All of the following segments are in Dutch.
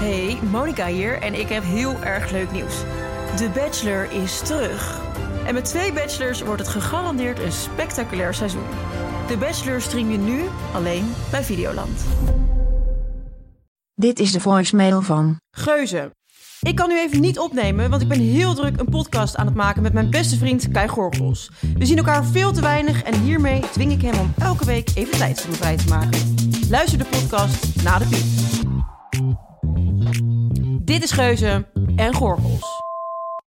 Hey, Monica hier en ik heb heel erg leuk nieuws. De Bachelor is terug. En met twee Bachelors wordt het gegarandeerd een spectaculair seizoen. De Bachelor stream je nu alleen bij Videoland. Dit is de voicemail van. Geuze. Ik kan nu even niet opnemen, want ik ben heel druk een podcast aan het maken met mijn beste vriend Kai Gorgels. We zien elkaar veel te weinig en hiermee dwing ik hem om elke week even tijd voor me vrij te maken. Luister de podcast na de piep. Dit is Geuze en Gorgels.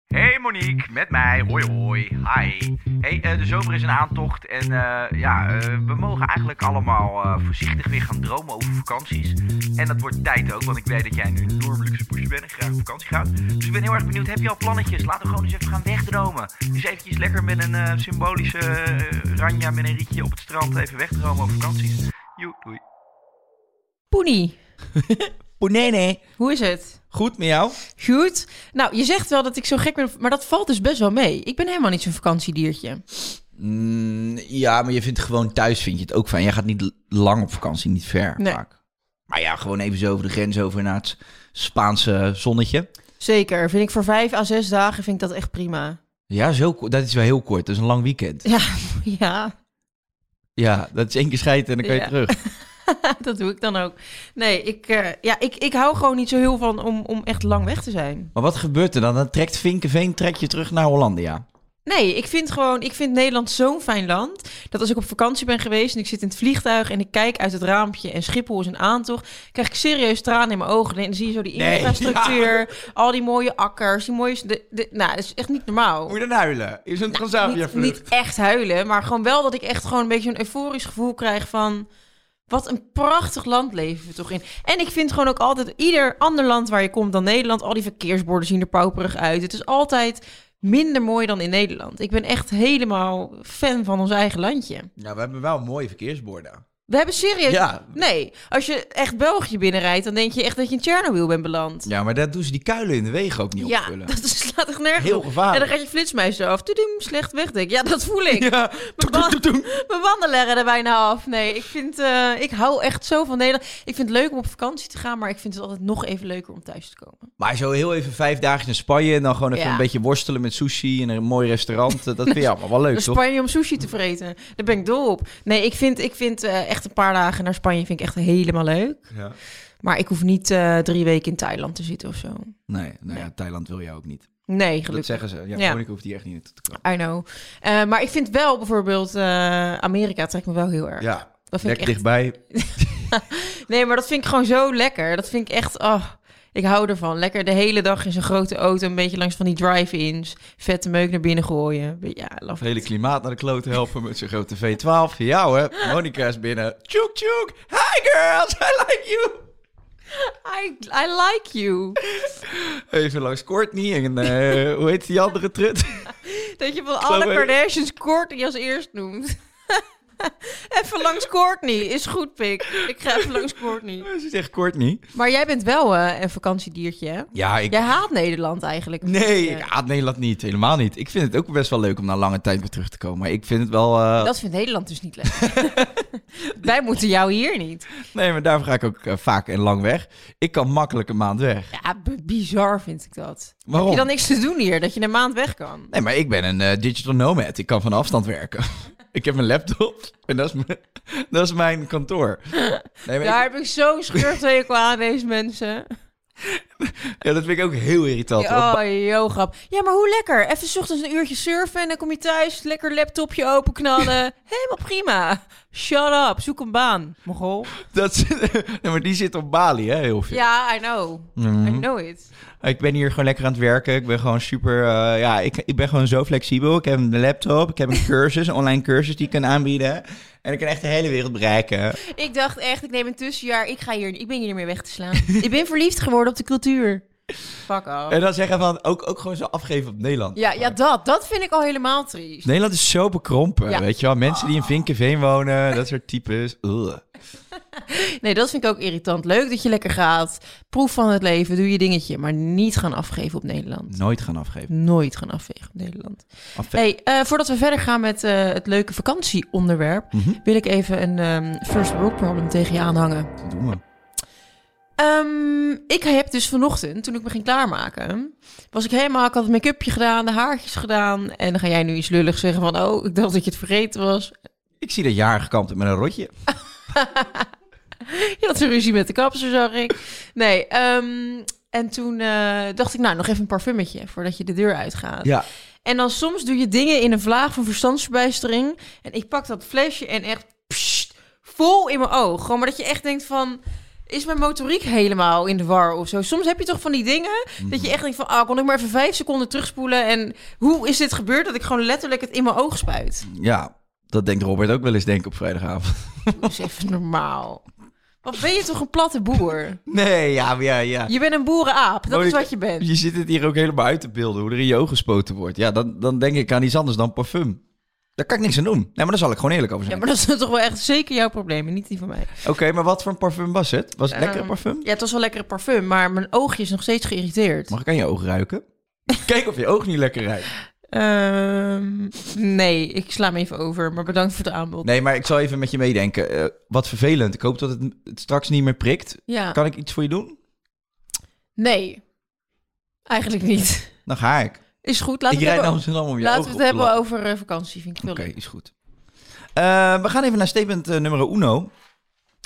Hey Monique, met mij. Hoi hoi. Hi. Hey, eh, de zomer is een aantocht en eh, ja, eh, we mogen eigenlijk allemaal eh, voorzichtig weer gaan dromen over vakanties. En dat wordt tijd ook, want ik weet dat jij nu een enorm luxe poesje bent en graag op vakantie gaat. Dus ik ben heel erg benieuwd, heb je al plannetjes? Laten we gewoon eens even gaan wegdromen. Dus eventjes lekker met een eh, symbolische eh, ranja met een rietje op het strand even wegdromen over vakanties. Joe, doei. Poenie, nee nee. hoe is het? Goed met jou? Goed. Nou, je zegt wel dat ik zo gek ben, maar dat valt dus best wel mee. Ik ben helemaal niet zo'n vakantiediertje. Mm, ja, maar je vindt gewoon thuis vind je het ook fijn. Jij gaat niet l- lang op vakantie, niet ver Nee. vaak. Maar ja, gewoon even zo over de grens over naar het Spaanse zonnetje. Zeker, vind ik voor vijf à zes dagen vind ik dat echt prima. Ja, zo, ko- dat is wel heel kort. Dat is een lang weekend. Ja, ja. Ja, dat is één keer scheiden en dan kan Ja. je terug. dat doe ik dan ook. Nee, ik, eh, ja, ik, ik hou gewoon niet zo heel van om, om echt lang weg te zijn. Maar wat gebeurt er dan? Dan trekt Vinkenveen trek je terug naar Hollandia. Nee, ik vind gewoon, ik vind Nederland zo'n fijn land. Dat als ik op vakantie ben geweest en ik zit in het vliegtuig en ik kijk uit het raampje en Schiphol is een aantocht, krijg ik serieus tranen in mijn ogen. En dan zie je zo die Nee, infrastructuur, al die mooie akkers, die mooie. De, de, nou, dat is echt niet normaal. je dan huilen? Is een Niet, niet echt huilen, maar gewoon wel dat ik echt gewoon een beetje een euforisch gevoel krijg van... Wat een prachtig land leven we toch in. En ik vind gewoon ook altijd, ieder ander land waar je komt dan Nederland... al die verkeersborden zien er pauperig uit. Het is altijd minder mooi dan in Nederland. Ik ben echt helemaal fan van ons eigen landje. Nou, we hebben wel mooie verkeersborden. We hebben serieus... Ja. Nee, als je echt België binnenrijdt... dan denk je echt dat je in Tsjernobyl bent beland. Ja, maar daar doen ze die kuilen in de wegen ook niet Ja, opvullen. dat is- slaat echt nergens Heel op. gevaarlijk. En dan gaat je flitsmeister af. Tudum, slecht wegdek. Ja, dat voel ik. Ja. Mijn, wa- mijn wandelen er bijna af. Nee, ik vind, eh, ik hou echt zo van Nederland. Ik vind het leuk om op vakantie te gaan, maar ik vind het altijd nog even leuker om thuis te komen. Maar zo heel even vijf dagen in Spanje en dan gewoon even Ja. een beetje worstelen met sushi en een mooi restaurant. Dat vind je allemaal wel leuk, Naar toch? Spanje om sushi te vreten. Daar ben ik dol op. Nee, ik vind, ik vind eh, echt een paar dagen naar Spanje vind ik echt helemaal leuk. Ja. Maar ik hoef niet eh, drie weken in Thailand te zitten of zo. Nee, nou ja, Thailand wil je ook niet. Nee, Dat gelukkig. zeggen ze. Ja, Ja. Monica hoeft hier echt niet naartoe te komen. I know. Eh, maar ik vind wel bijvoorbeeld eh, Amerika trekt me wel heel erg. Ja, dat vind ik lekker echt dichtbij. Nee, maar dat vind ik gewoon zo lekker. Dat vind ik echt, oh, ik hou ervan. Lekker de hele dag in zo'n grote auto, een beetje langs van die drive-ins. Vette meuk naar binnen gooien. Ja, Het love hele it. klimaat naar de kloot helpen met zijn grote V12. Ja hoor, Monica is binnen. Tjoek tjoek. Hi girls, I like you. I, I like you. Even langs Courtney en eh, hoe heet die andere trut? Dat je van Chloe. alle Kardashians Courtney als eerst noemt. even langs Courtney, is goed, pik. Ik ga even langs Courtney. ze zegt Courtney. Maar jij bent wel eh, een vakantiediertje, hè? Ja, ik... Jij haat Nederland eigenlijk. Nee, Ja. ik haat Nederland niet. Helemaal niet. Ik vind het ook best wel leuk om na lange tijd weer terug te komen. Maar ik vind het wel... eh, Dat vindt Nederland dus niet leuk. Wij moeten jou hier niet. Nee, maar daarvoor ga ik ook eh, vaak en lang weg. Ik kan makkelijk een maand weg. Ja, b- bizar vind ik dat. Waarom? Heb je dan niks te doen hier, dat je een maand weg kan? Oh. Nee, maar ik ben een eh, digital nomad. Ik kan van afstand werken. ik heb een laptop en dat is, mijn- dat is mijn kantoor. Nee, maar Daar ik- heb ik zo'n scheurthekel aan, deze mensen. ja, dat vind ik ook heel irritant. Op- Oh, joh, grap. Ja, maar hoe lekker. Even 's ochtends een uurtje surfen en dan kom je thuis, lekker laptopje openknallen. Helemaal prima. Shut up, zoek een baan, mogol. dat, zit- nee, maar die zit op Bali, hè, heel veel. Ja, I know. I Mhm. know it. Ik ben hier gewoon lekker aan het werken. Ik ben gewoon super... eh, ja, ik, ik ben gewoon zo flexibel. Ik heb een laptop. Ik heb een cursus, een online cursus die ik kan aanbieden. En ik kan echt de hele wereld bereiken. Ik dacht echt, ik neem een tussenjaar, ik, ga hier, ik ben hier niet meer weg te slaan. ik ben verliefd geworden op de cultuur. Fuck off. En dan zeggen van... Ook, ook gewoon zo afgeven op Nederland. Ja, ja dat, dat vind ik al helemaal triest. Nederland is zo bekrompen, Ja. weet je wel. Mensen die in Vinkenveen wonen, dat soort types. Ugh. Nee, dat vind ik ook irritant. Leuk dat je lekker gaat. Proef van het leven, doe je dingetje. Maar niet gaan afgeven op Nederland. Nooit gaan afgeven. Nooit gaan afwegen op Nederland. Afve- Hey, eh, voordat we verder gaan met eh, het leuke Mhm. vakantieonderwerp... wil ik even een ehm, first world problem tegen je aanhangen. Doen we. Ehm, ik heb dus vanochtend, toen ik me ging klaarmaken, was ik helemaal, ik had het make-upje gedaan, de haartjes gedaan. En dan ga jij nu iets lulligs zeggen van, oh, ik dacht dat je het vergeten was. Ik zie dat je haar gekampt hebt met een rotje. Je had een ruzie met de kapster, zag ik. Nee, ehm, en toen eh, dacht ik, nou, nog even een parfummetje voordat je de deur uitgaat. Ja. En dan soms doe je dingen in een vlaag van verstandsverbijstering. En ik pak dat flesje en echt pssst, vol in mijn oog. Gewoon maar dat je echt denkt van... Is mijn motoriek helemaal in de war of zo? Soms heb je toch van die dingen dat je echt denkt van... Ah, kon ik maar even vijf seconden terugspoelen? En hoe is dit gebeurd dat ik gewoon letterlijk het in mijn oog spuit? Ja, dat denkt Robert ook wel eens, denk ik, op vrijdagavond. Dat is even normaal. Wat ben je toch een platte boer? Nee, ja, maar ja, ja. Je bent een boerenaap. Dat is Monika, wat je bent. Je ziet het hier ook helemaal uit te beelden, hoe er in je ogen gespoten wordt. Ja, dan, dan denk ik aan iets anders dan parfum. Daar kan ik niks aan doen. Nee, maar daar zal ik gewoon eerlijk over Ja, zijn. maar dat is toch wel echt zeker jouw probleem en niet die van mij. Oké, maar wat voor een parfum was het? Was het lekker Ehm, parfum? Ja, het was wel lekkere parfum, maar mijn oogje is nog steeds geïrriteerd. Mag ik aan je oog ruiken? Kijk of je oog niet lekker ruikt. Ehm, nee, ik sla hem even over, maar bedankt voor het aanbod. Nee, maar ik zal even met je meedenken. Eh, wat vervelend. Ik hoop dat het, het straks niet meer prikt. Ja, Kan ik iets voor je doen? nee, eigenlijk niet. Dan ga ik. Is goed, laten ik we rijd het hebben, naar Amsterdam om je laten we het ogen op te hebben lappen. over eh, vakantie, vind ik wel Oké, leuk. is goed. Eh, we gaan even naar statement eh, nummer uno.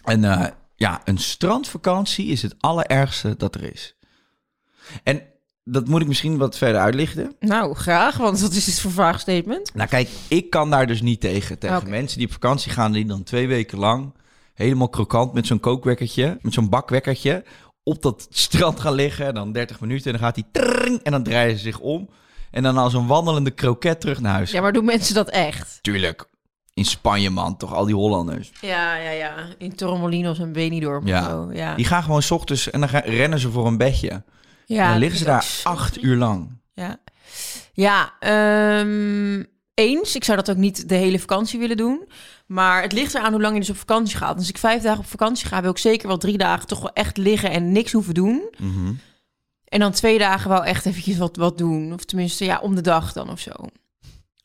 En eh, ja, een strandvakantie is het allerergste dat er is. En dat moet ik misschien wat verder uitlichten. Nou, graag, want wat is dit voor vaag statement? Nou kijk, ik kan daar dus niet tegen. Tegen Oké. mensen die op vakantie gaan, die dan twee weken lang helemaal krokant met zo'n kookwekkertje, met zo'n bakwekkertje, op dat strand gaan liggen. Dan 30 minuten en dan gaat die trrrring en dan draaien ze zich om. En dan als een wandelende kroket terug naar huis. Ja, maar doen mensen dat echt? Tuurlijk. In Spanje, man. Toch al die Hollanders. Ja, ja, ja, in Torremolinos en Benidorm Ja. of zo, ja. Die gaan gewoon 's ochtends en dan gaan, rennen ze voor een bedje. ja en dan liggen ze dat daar is- acht uur lang. Ja, ja ehm, eens. Ik zou dat ook niet de hele vakantie willen doen. Maar het ligt eraan hoe lang je dus op vakantie gaat. Als ik vijf dagen op vakantie ga, wil ik zeker wel drie dagen toch wel echt liggen en niks hoeven doen. Mhm. En dan twee dagen wel echt eventjes wat, wat doen. Of tenminste, ja, om de dag dan of zo.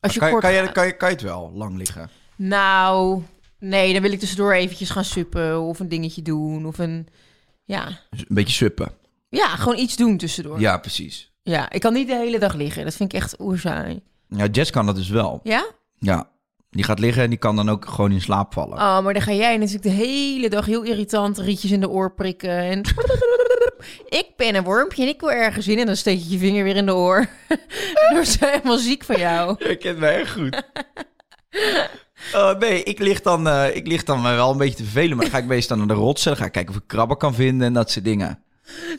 Als je Kan, je- kort kan, je, gaat. kan, je, kan je het wel lang liggen? Nou, nee, dan wil ik tussendoor eventjes gaan suppen of een dingetje doen. Of een, ja, Dus Een beetje suppen. ja gewoon iets doen tussendoor. Ja. Ja, precies. ik kan niet de hele dag liggen. Dat vind ik echt oerzaai. Ja, Jess kan dat dus wel. Ja? Ja. Die gaat liggen en die kan dan ook gewoon in slaap vallen. Oh, maar dan ga jij natuurlijk de hele dag heel irritant rietjes in de oor prikken. En ik ben een wormpje en ik wil ergens in. En dan steek je je vinger weer in de oor. dan wordt ze helemaal ziek van jou. Je kent mij echt goed. Oh, nee, ik lig, dan, eh, ik lig dan me wel een beetje te vervelen. Maar dan ga ik meestal naar de rotsen. Dan ga ik kijken of ik krabben kan vinden en dat soort dingen.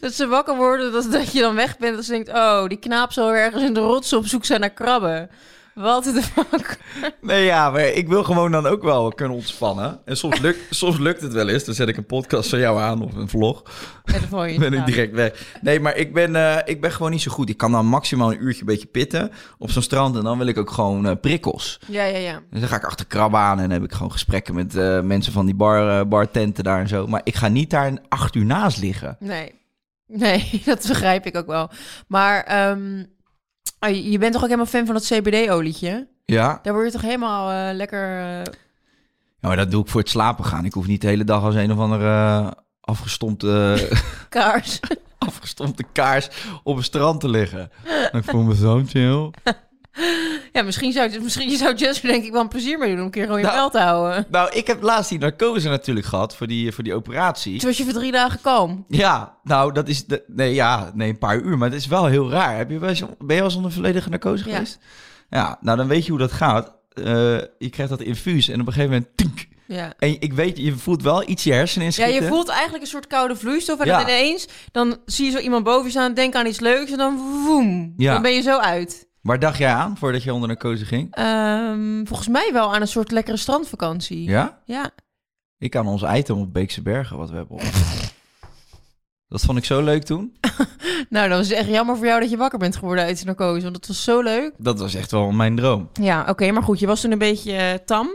Dat ze wakker worden, dat, dat je dan weg bent. Dat ze denkt, oh, die knaap zal weer ergens in de rotsen op zoek zijn naar krabben. Wat de fuck? Nee, ja, maar ik wil gewoon dan ook wel kunnen ontspannen. En soms lukt, soms lukt het wel eens. Dan zet ik een podcast van jou aan of een vlog. En dan val je in ben ik slaap. direct weg. Nee, maar ik ben, eh, ik ben gewoon niet zo goed. Ik kan dan maximaal een uurtje een beetje pitten op zo'n strand. En dan wil ik ook gewoon eh, prikkels. Ja, ja, ja. Dus dan ga ik achter krabben aan en dan heb ik gewoon gesprekken met eh, mensen van die bar, eh bartenten daar en zo. Maar ik ga niet daar een acht uur naast liggen. Nee. Nee, dat begrijp ik ook wel. Maar ehm, ah, je- je bent toch ook helemaal fan van dat CBD-olietje? Ja? Daar word je toch helemaal eh, lekker... eh, ja, maar dat doe ik voor het slapen gaan. Ik hoef niet de hele dag als een of andere eh, afgestompte, kaars. afgestompte kaars op een strand te liggen. ik voel me zo chill. Ja, misschien zou, misschien zou Jess er denk ik wel een plezier mee doen om een keer gewoon je Nou. geld te houden. Nou, ik heb laatst die narcose natuurlijk gehad voor die, voor die operatie. Toen was je voor drie dagen kalm. Ja, nou, dat is... De, nee, ja, nee, een paar uur, maar het is wel heel raar. Heb je wel eens, ben je wel eens onder volledige narcose Ja. geweest? Ja, nou, dan weet je hoe dat gaat. Eh, je krijgt dat infuus en op een gegeven moment... tink. Ja. en ik weet, je voelt wel iets je hersenen Ja, inschieten. je voelt eigenlijk een soort koude vloeistof. En Ja. dan ineens, dan zie je zo iemand boven je staan, denk aan iets leuks en dan woem. Ja. Dan ben je zo uit. Waar dacht jij aan voordat je onder narcose ging? Ehm, volgens mij wel aan een soort lekkere strandvakantie. Ja? Ja. Ik aan ons item op Beekse Bergen, wat we hebben op. Dat vond ik zo leuk toen. Nou, dan is het echt jammer voor jou dat je wakker bent geworden uit de narcose. Want dat was zo leuk. Dat was echt wel mijn droom. Ja, oké. maar goed, je was toen een beetje eh, tam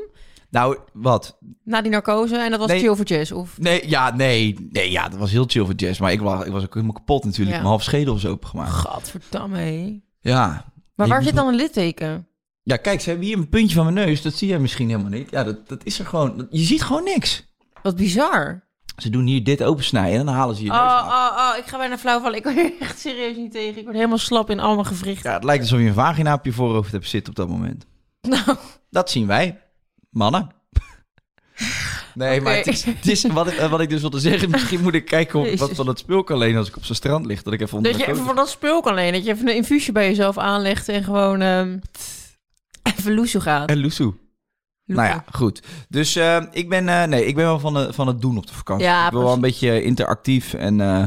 Nou, wat? na die narcose. En dat was Nee. chill voor Jess. Of... Nee, ja, nee, nee, ja, dat was heel chill voor Jess. Maar ik was, ik was ook helemaal kapot natuurlijk. Ja. Mijn half schedel was opengemaakt. Gadverdamme, hé. Ja. Maar Je waar moet zit dan een litteken? Ja, kijk, ze hebben hier een puntje van mijn neus. Dat zie jij misschien helemaal niet. Ja, dat, dat is er gewoon. dat- Je ziet gewoon niks. Wat bizar. Ze doen hier dit opensnijden en dan halen ze je neus Oh, af. oh, oh, ik ga bijna flauw vallen. Ik kan hier echt serieus niet tegen. Ik word helemaal slap in al mijn gewrichten. Ja, het lijkt alsof je een vagina op je voorhoofd hebt zitten op dat moment. Nou, Dat zien wij, mannen. Nee, Oké. maar het is, het is- wat, ik, eh, wat ik dus wilde zeggen, misschien moet ik kijken of, wat Jezus. van dat spul kan lenen als ik op zo'n strand lig. Dat ik even onder dat je mijn even voor coat- dat spul kan lenen. Dat je even een infuusje bij jezelf aanlegt en gewoon ehm, even loesoe gaat. En Loesoe. Nou ja, goed. Dus eh, ik, ben, eh, nee, ik ben wel van, de, van het doen op de vakantie. Ja, ik wil wel een beetje interactief en... eh,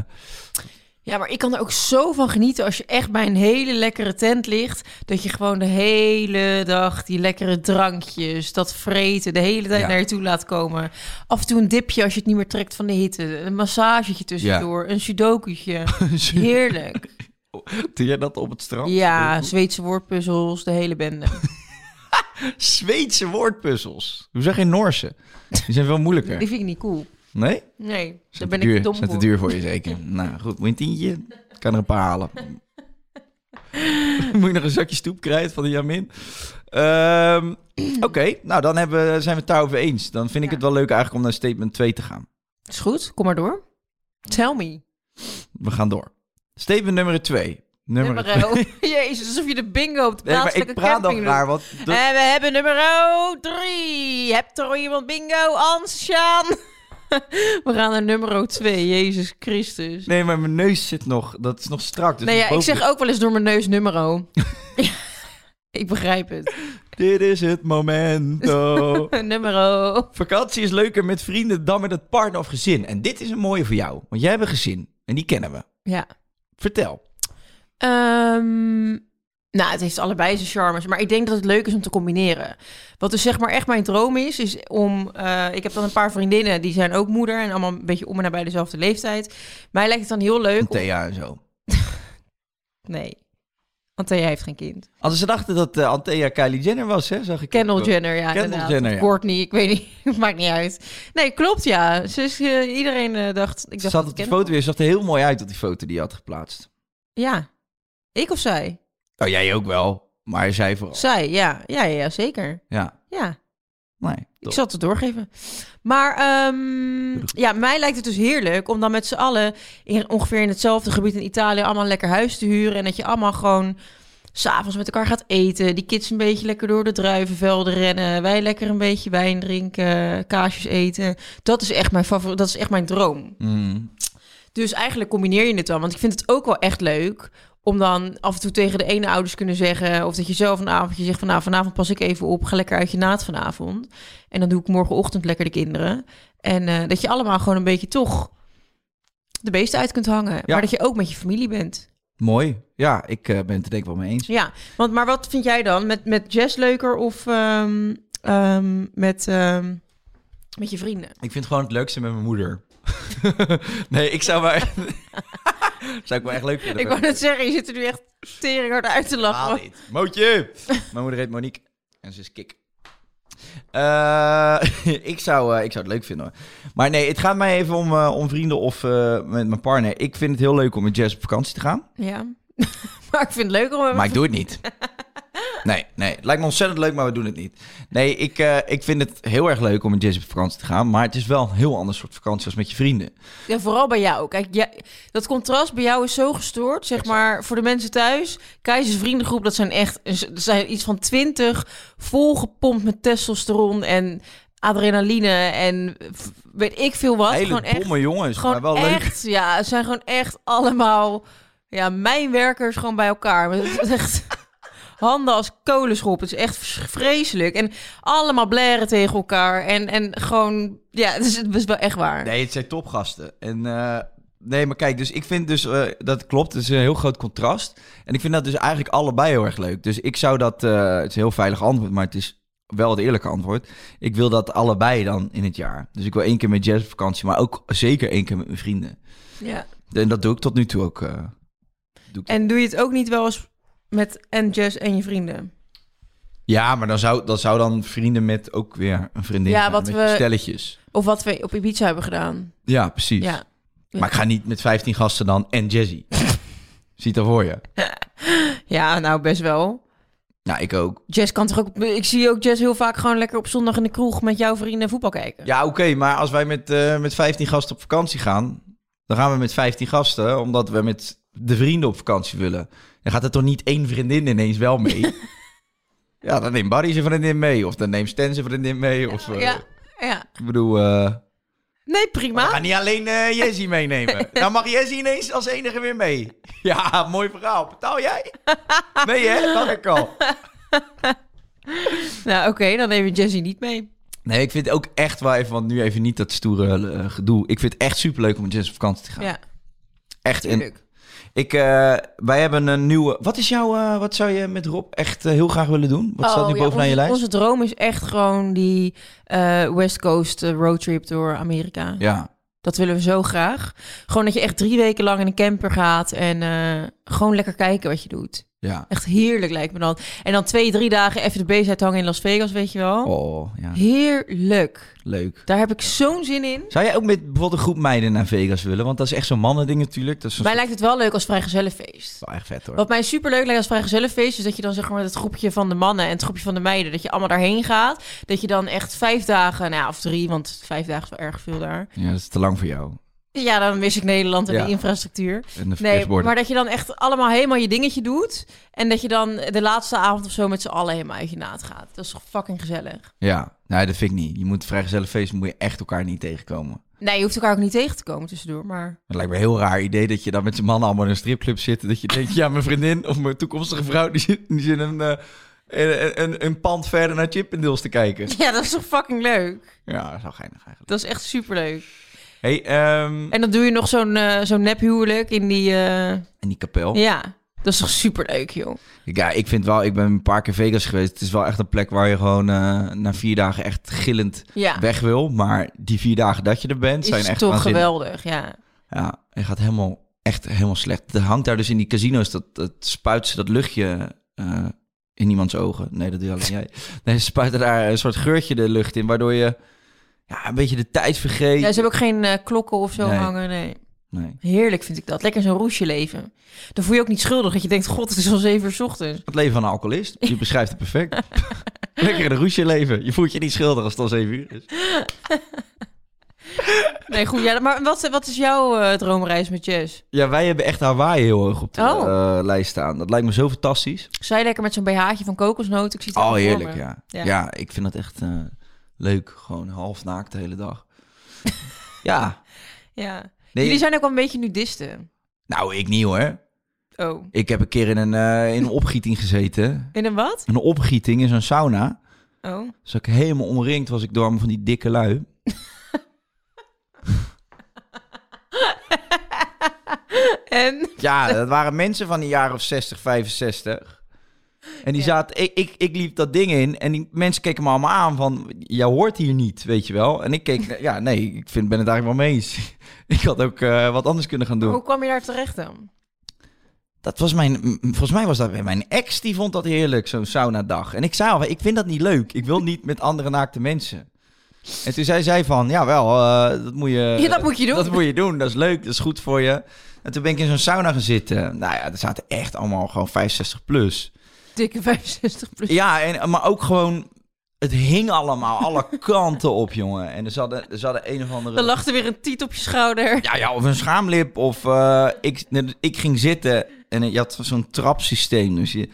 Ja, maar ik kan er ook zo van genieten als je echt bij een hele lekkere tent ligt. Dat je gewoon de hele dag die lekkere drankjes, dat vreten, de hele tijd Ja. naar je toe laat komen. Af en toe een dipje als je het niet meer trekt van de hitte. Een massagetje tussendoor, een sudoku'tje. Heerlijk. Doe jij dat op het strand? Ja, Zweedse woordpuzzels, de hele bende. Zweedse woordpuzzels. Hoe zeg je Noorse? Die zijn veel moeilijker. Die vind ik niet cool. Nee? Nee, daar Zijn ben te duur, ik dom zijn te voor. duur voor je zeker. nou goed, moet je een tientje? Kan er een paar halen. moet je nog een zakje stoep krijgen van de Jamin? Ehm, Oké, nou dan hebben, we- zijn we het daarover eens. Dan vind ik Ja. het wel leuk eigenlijk om naar statement 2 te gaan. Is goed, kom maar door. Tell me. We gaan door. Statement nummer 2. Nummer Jezus, alsof je de bingo op de Nee, maar plaatselijke ik praat dan camping Eh. doet. raar, want dat- En we hebben nummer 3. Hebt er iemand bingo? Ans, Sjaan. we gaan naar nummer 2. Jezus Christus. Nee, Nee, maar mijn neus zit nog. Dat is nog strak. Dus ja, ik boven- zeg ook wel eens door mijn neus nummer. ik begrijp het. Dit is het momento. Nummer. Vakantie is leuker met vrienden dan met het partner of gezin. En dit is een mooie voor jou. Want jij hebt een gezin. En die kennen we. Ja. Vertel. Ehm, nou, het heeft allebei zijn charmes. Maar ik denk dat het leuk is om te combineren. Wat dus zeg maar echt mijn droom is, is om... eh, ik heb dan een paar vriendinnen, die zijn ook moeder... en allemaal een beetje om en nabij dezelfde leeftijd. Mij lijkt het dan heel leuk... Een om- Thea en zo. Nee. Want eh, jij heeft geen kind. Als ze dachten dat eh Antea Kylie Jenner was, hè, zag ik. Kendall op, eh, Jenner, ja. Kendall inderdaad. Jenner, Of ja. Kourtney, ik weet niet. Het maakt niet uit. Nee, klopt, ja. Ze is, eh, iedereen eh, dacht... Ik Ze dacht had dat op die Kendall- foto weer. Ze zag er heel mooi uit op die foto die je had geplaatst. Ja. Ik of zij? Nou, jij ook wel. Maar zij vooral. Zij, ja. Ja, ja, ja, zeker. Oh. Ja. Ja. Nee. Ik toch. zal het er doorgeven. Maar ehm, ja, mij lijkt het dus heerlijk om dan met z'n allen in, ongeveer in hetzelfde gebied in Italië allemaal een lekker huis te huren. En dat je allemaal gewoon s'avonds met elkaar gaat eten. Die kids een beetje lekker door de druivenvelden rennen. Wij lekker een beetje wijn drinken, kaasjes eten. Dat is echt mijn favoriet. Dat is echt mijn droom. Mm. Dus eigenlijk combineer je het dan. Want ik vind het ook wel echt leuk om dan af en toe tegen de ene ouders kunnen zeggen... of dat je zelf een avondje zegt van... nou, vanavond pas ik even op, ga lekker uit je naad vanavond. En dan doe ik morgenochtend lekker de kinderen. En eh, dat je allemaal gewoon een beetje toch de beesten uit kunt hangen. Maar dat je ook met je familie bent. Mooi. Ja, ik eh, ben het er denk ik wel mee eens. Ja, want, maar wat vind jij dan? Met, met jazz leuker of ehm, ehm, met, ehm, met je vrienden? Ik vind gewoon het leukste met mijn moeder. nee, ik zou maar. zou ik wel echt leuk vinden. Ik wou net zeggen, je zit er nu echt tering hard uit te lachen. Haal dit. Mootje! Mijn moeder heet Monique. En ze is kik. Eh, ik, zou, eh, ik zou het leuk vinden hoor. Maar nee, het gaat mij even om, eh, om vrienden of eh, met mijn partner. Ik vind het heel leuk om met Jess op vakantie te gaan. Ja, maar ik vind het leuk om... Maar ik doe het niet. Nee, nee. Het lijkt me ontzettend leuk, maar we doen het niet. Nee, ik, eh, ik vind het heel erg leuk om met Jess op vakantie te gaan. Maar het is wel een heel ander soort vakantie als met je vrienden. Ja, vooral bij jou. Kijk, jij- dat contrast bij jou is zo gestoord. Zeg maar, voor de mensen thuis, Keizers vriendengroep, dat zijn echt een- dat zijn iets van twintig volgepompt met testosteron en adrenaline en v- weet ik veel wat. Hele gewoon echt, domme jongens, gewoon maar wel leuk. echt, ja, het zijn gewoon echt allemaal, ja, mijnwerkers gewoon bij elkaar. Maar Het is echt handen als kolenschop. Het is echt vreselijk. En allemaal blaren tegen elkaar en, en gewoon, ja, het is, het is wel echt waar. Nee, het zijn topgasten. En eh, nee, maar kijk, dus ik vind dus eh, dat klopt. Het is een heel groot contrast. En ik vind dat dus eigenlijk allebei heel erg leuk. Dus ik zou dat, eh, het is een heel veilig antwoord, maar het is wel het eerlijke antwoord. Ik wil dat allebei dan in het jaar. Dus ik wil één keer met jazz op vakantie, maar ook zeker één keer met mijn vrienden. Ja. En dat doe ik tot nu toe ook. eh, doe ik dat. En doe je het ook niet wel eens met en Jess en je vrienden? Ja, maar dan zou, dan zou dan vrienden met ook weer een vriendin Ja, zijn, wat met we- stelletjes. Of wat we op Ibiza hebben gedaan? Ja, precies. Ja. Maar ik ga niet met 15 gasten dan en Jazzy. Ziet dat voor je. ja, nou best wel. Nou, ik ook. Jess kan toch ook... Ik zie ook Jess heel vaak gewoon lekker op zondag in de kroeg met jouw vrienden voetbal kijken. Ja, oké, maar als wij met, eh, met 15 gasten op vakantie gaan, dan gaan we met 15 gasten, omdat we met de vrienden op vakantie willen. Dan gaat er toch niet één vriendin ineens wel mee? ja, dan neemt Barry zijn vriendin mee, of dan neemt Stan zijn vriendin mee. Of, eh, ja, ja. Ik bedoel, eh Nee, we prima. gaan niet alleen eh Jesse meenemen. Dan mag Jesse ineens als enige weer mee. Ja, mooi verhaal. Betaal jij? Nee hè, dat ik al. Nou, oké, dan neem je Jessie niet mee. Nee, ik vind ook echt wel even, want nu even niet dat stoere eh, gedoe. Ik vind het echt superleuk om met Jess op vakantie te gaan. Ja, echt. En tuurlijk. ik, eh, wij hebben een nieuwe... Wat is jouw... eh, wat zou je met Rob echt eh, heel graag willen doen? Wat staat nu Oh, ja, bovenaan je onze- lijst? Onze droom is echt gewoon die eh, West Coast eh, roadtrip door Amerika. Ja. Dat willen we zo graag. Gewoon dat je echt drie weken lang in een camper gaat en eh, gewoon lekker kijken wat je doet. Ja. Echt heerlijk lijkt me dat. En dan twee, drie dagen even de bezigheid hangen in Las Vegas, weet je wel. Oh, ja. Heerlijk. Leuk. Daar heb ik zo'n zin in. Zou jij ook met bijvoorbeeld een groep meiden naar Vegas willen? Want dat is echt zo'n mannending natuurlijk. Dat is een Mij soort- lijkt het wel leuk als vrijgezellenfeest. wel echt vet hoor. Wat mij superleuk lijkt als vrijgezellenfeest... is dat je dan zeg maar met het groepje van de mannen en het groepje van de meiden... dat je allemaal daarheen gaat. Dat je dan echt vijf dagen, nou ja, of drie... want vijf dagen is wel erg veel daar. Ja, dat is te lang voor jou. Ja, dan mis ik Nederland en Ja. de infrastructuur. En de Nee, verkeersborden. maar dat je dan echt allemaal helemaal je dingetje doet... en dat je dan de laatste avond of zo met z'n allen helemaal uit je naad gaat. Dat is toch fucking gezellig. Ja, nee, dat vind ik niet. Je moet vrijgezellig feest, moet je echt elkaar niet tegenkomen. Nee, je hoeft elkaar ook niet tegen te komen tussendoor, maar... Het lijkt me een heel raar idee dat je dan met z'n mannen allemaal in een stripclub zit. Dat je denkt, ja, mijn vriendin of mijn toekomstige vrouw, die zit, die zit in, een, eh, in- in- een pand verder naar Chippendales te kijken. Ja, dat is toch fucking leuk? Ja, dat is wel geinig eigenlijk. Dat is echt superleuk. hey, ehm, en, En dan doe je nog zo'n eh zo'n nephuwelijk in die... eh, die kapel. Ja. Ja, dat is toch superleuk, joh. ik vind wel, ik ben een paar keer Vegas geweest. Het is wel echt een plek waar je gewoon eh, na vier dagen echt gillend Ja, weg wil. Maar die vier dagen dat je er bent, zijn is echt toch waanzinnig. geweldig, ja. Ja, en gaat helemaal, echt helemaal slecht. Er hangt daar dus in die casino's, dat, dat spuit ze dat luchtje eh, in iemands ogen. Nee, dat doe je alleen jij. Nee, ze spuiten daar een soort geurtje de lucht in, waardoor je ja, een beetje de tijd vergeet. ja. Ze hebben ook geen eh, klokken of zo Nee. hangen, nee. Nee. Heerlijk vind ik dat. Lekker zo'n roesje leven. Dan voel je ook niet schuldig dat je denkt, god, het is al zeven uur 's ochtends. Het leven van een alcoholist, je beschrijft het perfect. Lekker in een roesje leven. Je voelt je niet schuldig als het al zeven uur is. Nee, goed. Ja, maar wat, wat is jouw eh, droomreis met Jess? Ja, wij hebben echt Hawaii heel hoog op de Oh. eh, lijst staan. Dat lijkt me zo fantastisch. Zij lekker met zo'n BH'tje van kokosnoot. Ik zie het Oh, helemaal voor heerlijk, me. ja. ja. Ja. ik vind dat echt eh, leuk. Gewoon half naakt de hele dag. ja. ja. Nee, Jullie zijn ook wel een beetje nudisten. Nou, ik niet hoor. Oh. Ik heb een keer in een, eh, in een opgieting gezeten. In een wat? Een opgieting in zo'n sauna. Oh. Dus ik helemaal omringd was ik door allemaal van die dikke lui. En? Ja, dat waren mensen van een jaar of 60, 65. En die Ja. zaten, ik, ik, ik liep dat ding in en die mensen keken me allemaal aan van, jij hoort hier niet, weet je wel. En ik keek, ja, nee, ik vind, ben het eigenlijk wel mee eens. Ik had ook eh, wat anders kunnen gaan doen. Hoe kwam je daar terecht dan? Dat was mijn, m- volgens mij was dat weer mijn ex, die vond dat heerlijk, zo'n saunadag. En ik zei al, ik vind dat niet leuk. Ik wil niet met andere naakte mensen. En toen zei zij van, ja wel, eh, dat moet je... Ja, dat moet je doen. Dat moet je doen, dat is leuk, dat is goed voor je. En toen ben ik in zo'n sauna gaan zitten. Nou ja, er zaten echt allemaal gewoon 65 plus. Dikke 65 plus. Ja, en, maar ook gewoon, het hing allemaal alle kanten op, jongen. En er zat, er zat een of andere... Dan lag er weer een tiet op je schouder. Ja, ja, of een schaamlip. Of eh, ik, ik ging zitten en je had zo'n trapsysteem. Dus je,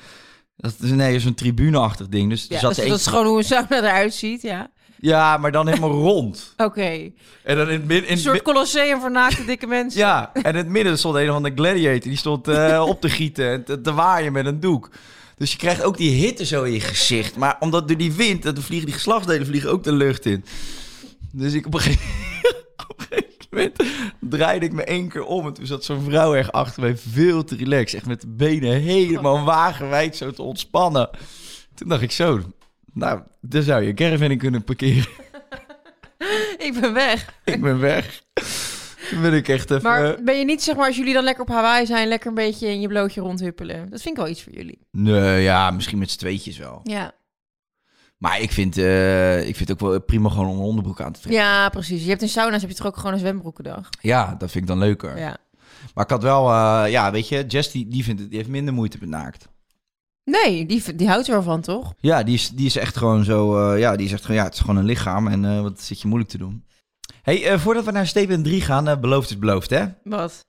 dat is nee, zo'n tribuneachtig ding. Dus er Ja, zat dus één- dat is gewoon hoe een sauna eruit ziet, ja. ja, maar dan helemaal rond. Oké. En dan in het midden. in Een het soort mi- colosseum voor naakte dikke mensen. ja, en in het midden stond een van de gladiator. Die stond eh, op te gieten en te, te waaien met een doek. Dus je krijgt ook die hitte zo in je gezicht. Maar omdat door die wind, dat vliegen die geslachtsdelen vliegen ook de lucht in. Dus ik op een gegeven op een gegeven moment draaide ik me één keer om. En toen zat zo'n vrouw erg achter mij veel te relaxed. Echt met de benen helemaal wagenwijd zo te ontspannen. Toen dacht ik zo, nou, daar zou je caravan in kunnen parkeren. Ik ben weg. ik ben weg. Toen ben ik echt even... eh, Maar ben je niet, zeg maar, als jullie dan lekker op Hawaii zijn, lekker een beetje in je blootje rondhuppelen? Dat vind ik wel iets voor jullie. Nee, ja, misschien met z'n tweetjes wel. Ja. Maar ik vind, eh, ik vind het ook wel prima gewoon om een onderbroek aan te trekken. Ja, precies. Je hebt in sauna's heb je toch ook gewoon een zwembroekendag. Ja, dat vind ik dan leuker. Ja. Maar ik had wel, eh, ja, weet je, Jess die, die, vindt het, die heeft minder moeite met naakt. Nee, die, die houdt er wel van, toch? Ja, die is, die is echt gewoon zo. eh, ja, die is echt gewoon. Ja, het is gewoon een lichaam. En eh, wat zit je moeilijk te doen? hey, eh, voordat we naar statement 3 gaan, eh, beloofd is beloofd, hè? Wat?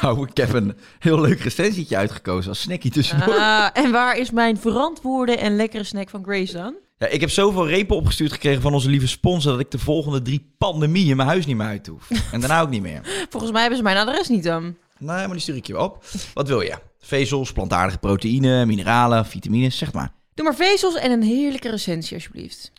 Nou, ik heb een heel leuk recensietje uitgekozen als snackie tussendoor. Ah, en waar is mijn verantwoorde en lekkere snack van Grace dan? Ja, ik heb zoveel repen opgestuurd gekregen van onze lieve sponsor... dat ik de volgende drie pandemieën mijn huis niet meer uit hoef. En daarna ook niet meer. Volgens mij hebben ze mijn adres niet dan. Nee, maar die stuur ik je wel op. Wat wil je? Vezels, plantaardige proteïne, mineralen, vitamines, zeg maar. Doe maar vezels en een heerlijke recensie, alsjeblieft.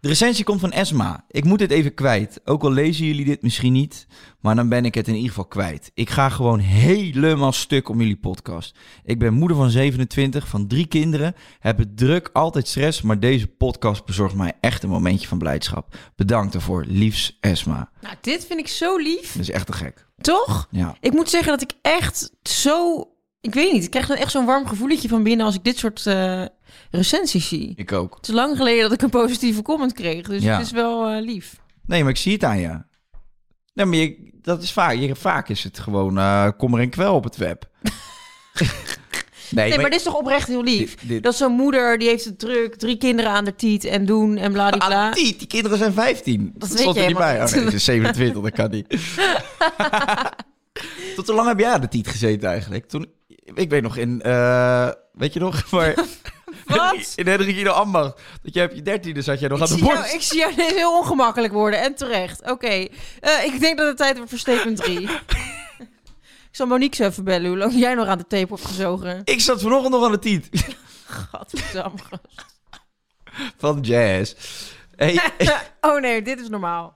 De recensie komt van Esma. Ik moet dit even kwijt. Ook al lezen jullie dit misschien niet, maar dan ben ik het in ieder geval kwijt. Ik ga gewoon helemaal stuk om jullie podcast. Ik ben moeder van 27, van drie kinderen, heb het druk, altijd stress, maar deze podcast bezorgt mij echt een momentje van blijdschap. Bedankt daarvoor, liefs Esma. Nou, dit vind ik zo lief. Dat is echt te gek. Toch? Ja. Ik moet zeggen dat ik echt zo... Ik weet niet, ik krijg dan echt zo'n warm gevoeletje van binnen als ik dit soort eh, recensies zie. Ik ook. Het is lang geleden dat ik een positieve comment kreeg, dus Ja. het is wel eh, lief. Nee, maar ik zie het aan je. Nee, maar je- dat is vaak. Je, vaak is het gewoon eh kommer en kwel op het web. Nee, maar, dit is toch oprecht heel lief? Dit- dit- Dat zo'n moeder, die heeft het druk, drie kinderen aan de tiet en doen en bladibla. Die, die kinderen zijn 15. Dat Dat weet stond je er niet helemaal bij. Oh, niet. nee, het is 27, dat kan niet. Tot hoe lang heb jij aan de tiet gezeten eigenlijk? Toen, ik weet nog in, eh, weet je nog? Maar Wat? In Hendrik Ido Ambacht. Dat jij op je dertiende zat jij nog Ik aan zie, de borst. jou, ik zie jou ineens heel ongemakkelijk worden en terecht. Oké, Eh, ik denk dat het tijd wordt voor statement 3. ik zal Monique zo even bellen hoe lang jij nog aan de tape hebt gezogen. Ik zat vanochtend nog aan de tiet. Gadverdamme. Van jazz. Hey, oh nee, dit is normaal.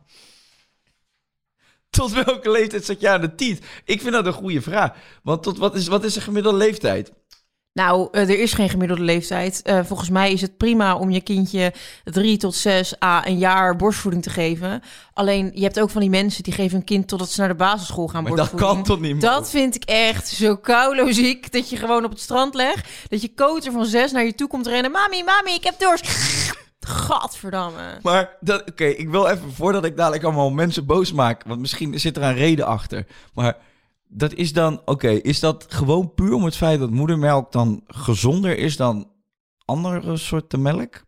tot welke leeftijd zat jij aan de tiet? Ik vind dat een goede vraag. Want tot, wat, is, wat is de gemiddelde leeftijd? Nou, eh, er is geen gemiddelde leeftijd. Eh, volgens mij is het prima om je kindje drie tot zes à een jaar borstvoeding te geven. Alleen, je hebt ook van die mensen die geven hun kind totdat ze naar de basisschool gaan Maar dat borstvoeding. kan toch niet? man? Dat vind ik echt zo kouloziek. Dat je gewoon op het strand legt. Dat je koter van zes naar je toe komt rennen. Mami, mami, ik heb dorst. Gadverdamme. Maar dat, oké, ik wil even voordat ik dadelijk allemaal mensen boos maak, want misschien zit er een reden achter. Maar dat is dan, oké, is dat gewoon puur om het feit dat moedermelk dan gezonder is dan andere soorten melk?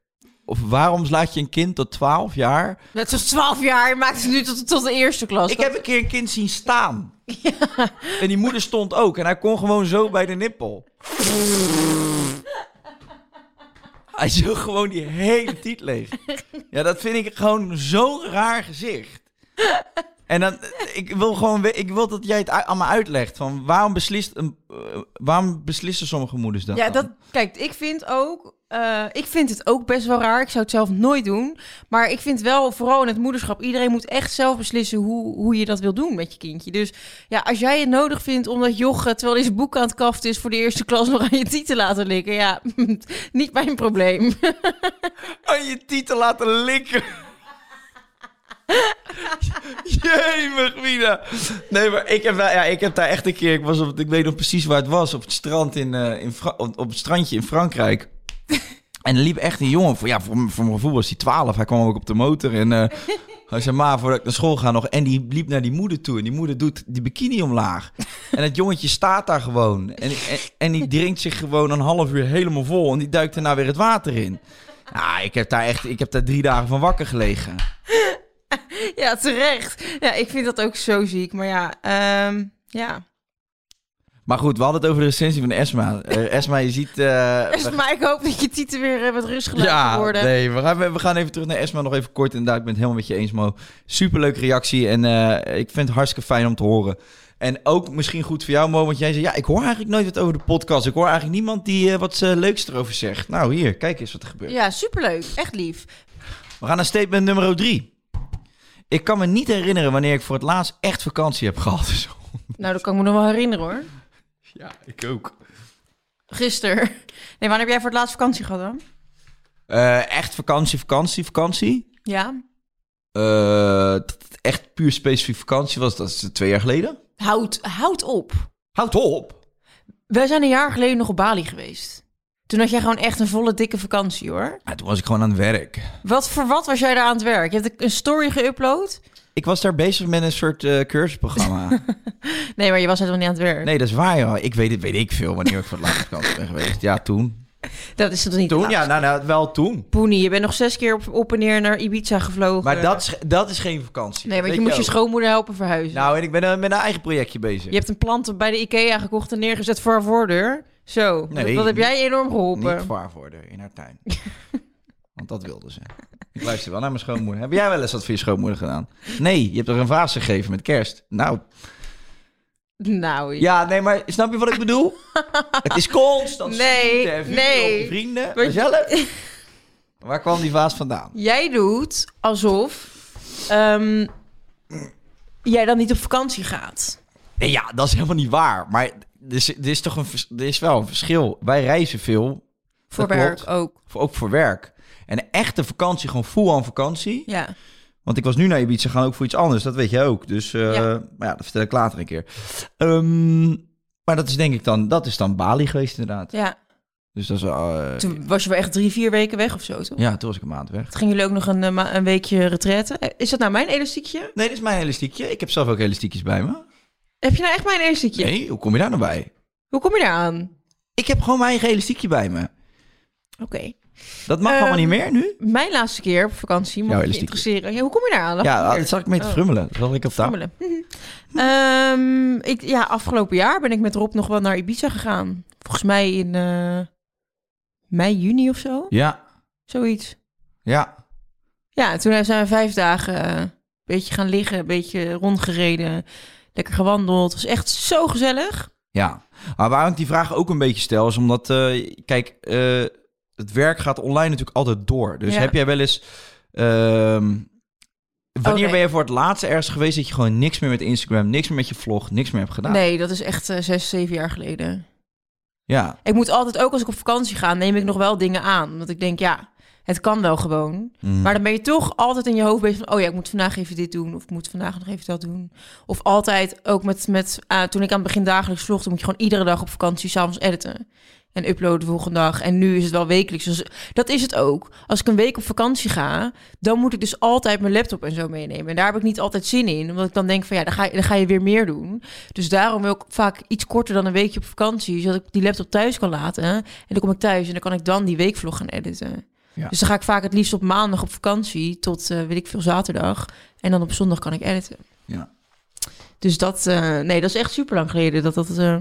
Of waarom laat je een kind tot 12 jaar? Net zoals 12 jaar maakt het nu tot, tot de eerste klas. Ik heb een keer een kind zien staan. En die moeder stond ook. En hij kon gewoon zo bij de nippel. Hij zo gewoon die hele tiet leeg. Ja, dat vind ik gewoon zo'n raar gezicht. En dan, ik wil gewoon, we- ik wil dat jij het u- aan me uitlegt. Van waarom, beslist een, eh, waarom beslissen sommige moeders dat? Ja, dan? dat, kijk, ik vind ook. eh, ik vind het ook best wel raar. Ik zou het zelf nooit doen. Maar ik vind wel, vooral in het moederschap, iedereen moet echt zelf beslissen hoe, hoe je dat wil doen met je kindje. Dus ja, als jij het nodig vindt omdat Joche, terwijl hij zijn boek aan het kaften is, voor de eerste klas nog aan je tiet te laten likken, ja, niet mijn probleem. aan je tieten laten likken. Jemig, Mina. Nee, maar ik heb, wel- ja, ik heb daar echt een keer... Ik, was op, het- ik weet nog precies waar het was. Op het, strand in, eh, in Fra- op op het strandje in Frankrijk. En er liep echt een jongen... Voor, ja, voor, m- voor mijn gevoel was hij 12. Hij kwam ook op de motor. En eh, hij zei, ma, voordat ik naar school ga nog... En die liep naar die moeder toe. En die moeder doet die bikini omlaag. En dat jongetje staat daar gewoon. En, en, en die drinkt zich gewoon een half uur helemaal vol. En die duikt daarna weer het water in. Nou, ik heb daar echt ik heb daar drie dagen van wakker gelegen. ja, terecht. Ja, ik vind dat ook zo ziek. Maar ja, ehm, ja. Maar goed, we hadden het over de recensie van Esma. Eh, Esma, je ziet... eh, Dus, we- maar ik hoop dat je tieten weer eh, met rust gelaten ja, worden. nee, we gaan, we gaan even terug naar Esma nog even kort. Inderdaad, ik ben het helemaal met je eens, Mo. Superleuke reactie en eh, ik vind het hartstikke fijn om te horen. En ook misschien goed voor jou, Mo, want jij zei... Ja, ik hoor eigenlijk nooit wat over de podcast. Ik hoor eigenlijk niemand die eh, wat eh, leuks erover zegt. Nou, hier, kijk eens wat er gebeurt. Ja, superleuk. Echt lief. We gaan naar statement nummer drie. Ik kan me niet herinneren wanneer ik voor het laatst echt vakantie heb gehad. Zo. Nou, dat kan ik me nog wel herinneren hoor. Ja, ik ook. Gisteren. Nee, wanneer heb jij voor het laatst vakantie gehad dan? Eh, echt vakantie, vakantie, vakantie. Ja. Eh, dat het echt puur specifiek vakantie was, dat is twee jaar geleden. Houd, houd op. Houd op! Wij zijn een jaar geleden nog op Bali geweest. Toen had jij gewoon echt een volle dikke vakantie hoor. Ja, toen was ik gewoon aan het werk. Wat voor wat was jij daar aan het werk? Je hebt een story geüpload. Ik was daar bezig met een soort eh, cursusprogramma. Nee, maar je was helemaal niet aan het werk. nee, dat is waar, joh. Ik weet het, weet ik veel wanneer ik voor het laatst op vakantie ben geweest. Ja, toen. Dat is toch niet... Toen? Nou, Ja, nou, nou wel toen. Eh, Poenie, je bent nog zes keer op, op en neer naar Ibiza gevlogen. Maar dat is, dat is geen vakantie. Nee, want Weet je moet je ook. schoonmoeder helpen verhuizen. Nou, en ik ben eh, met een eigen projectje bezig. Je hebt een plant bij de Ikea gekocht en neergezet voor haar voordeur. Zo, Nee, dat, dat heb jij enorm geholpen. Niet waar voor de in haar tuin. Want dat wilde ze. Ik luister wel naar mijn schoonmoeder. Heb jij wel eens wat voor je schoonmoeder gedaan? Nee, je hebt haar een vaas gegeven met kerst. Nou, Nou, ja, nee, maar snap je wat ik bedoel? Het is constant Nee, schieten en vuren nee. op je vrienden, Maar- mezelf. Waar kwam die vaas vandaan? Jij doet alsof ehm, jij dan niet op vakantie gaat. Nee, ja, dat is helemaal niet waar. Maar er is, er is toch een, vers- er is wel een verschil. Wij reizen veel, Voor Dat werk klopt. ook. voor- ook voor werk. En een echte vakantie, gewoon full aan vakantie. Ja. Want ik was nu naar Ibiza gaan ook voor iets anders, dat weet jij ook. Dus eh, Ja. Maar ja, dat vertel ik later een keer. Ehm, maar dat is denk ik dan, dat is dan Bali geweest inderdaad. ja. Dus dat is, eh, Toen was je wel echt drie, vier weken weg of zo, toch? ja, toen was ik een maand weg. Toen gingen jullie ook nog een, eh, ma- een weekje retraite. Eh, Is dat nou mijn elastiekje? Nee, dit is mijn elastiekje. Ik heb zelf ook elastiekjes bij me. Heb je nou echt mijn elastiekje? Nee, hoe kom je daar nou bij? Hoe kom je daar aan? Ik heb gewoon mijn eigen elastiekje bij me. Oké. Dat mag Ehm, allemaal niet meer nu? Mijn laatste keer op vakantie, mocht Jouw je je elastiekje. interesseren. Ja, hoe kom je daar aan? Lag Ja, hier. dat zat ik mee te Oh. frummelen. Dat zat ik op tafel. Rommelen. Ehm, ik, ja, afgelopen jaar ben ik met Rob nog wel naar Ibiza gegaan. Volgens mij in eh, mei, juni of zo. Ja, Zoiets. ja. Ja, toen zijn we vijf dagen eh, een beetje gaan liggen, een beetje rondgereden, lekker gewandeld. Het was echt zo gezellig. Ja, maar waarom ik die vraag ook een beetje stel, is omdat, eh, kijk, eh, het werk gaat online natuurlijk altijd door. Dus Ja. heb jij wel eens. ehm, wanneer Oké. ben je voor het laatst ergens geweest dat je gewoon niks meer met Instagram, niks meer met je vlog, niks meer hebt gedaan? Nee, dat is echt eh, zes, zeven jaar geleden. Ja, Ik moet altijd, ook als ik op vakantie ga, neem ik nog wel dingen aan. Want ik denk, ja, het kan wel gewoon. Mhm. Maar dan ben je toch altijd in je hoofd bezig van... oh ja, ik moet vandaag even dit doen. Of ik moet vandaag nog even dat doen. Of altijd ook met... met ah, toen ik aan het begin dagelijks vlog... toen moet je gewoon iedere dag op vakantie s'avonds editen. En uploaden de volgende dag. En nu is het wel wekelijks. Dus dat is het ook. Als ik een week op vakantie ga... dan moet ik dus altijd mijn laptop en zo meenemen. En daar heb ik niet altijd zin in. Omdat ik dan denk van ja, dan ga, je- dan ga je weer meer doen. Dus daarom wil ik vaak iets korter dan een weekje op vakantie... zodat ik die laptop thuis kan laten. En dan kom ik thuis en dan kan ik dan die weekvlog gaan editen. Ja. Dus dan ga ik vaak het liefst op maandag op vakantie tot eh weet ik veel zaterdag. En dan op zondag kan ik editen. Ja. Dus dat, eh, nee, dat is echt super lang geleden. Dat, dat, eh,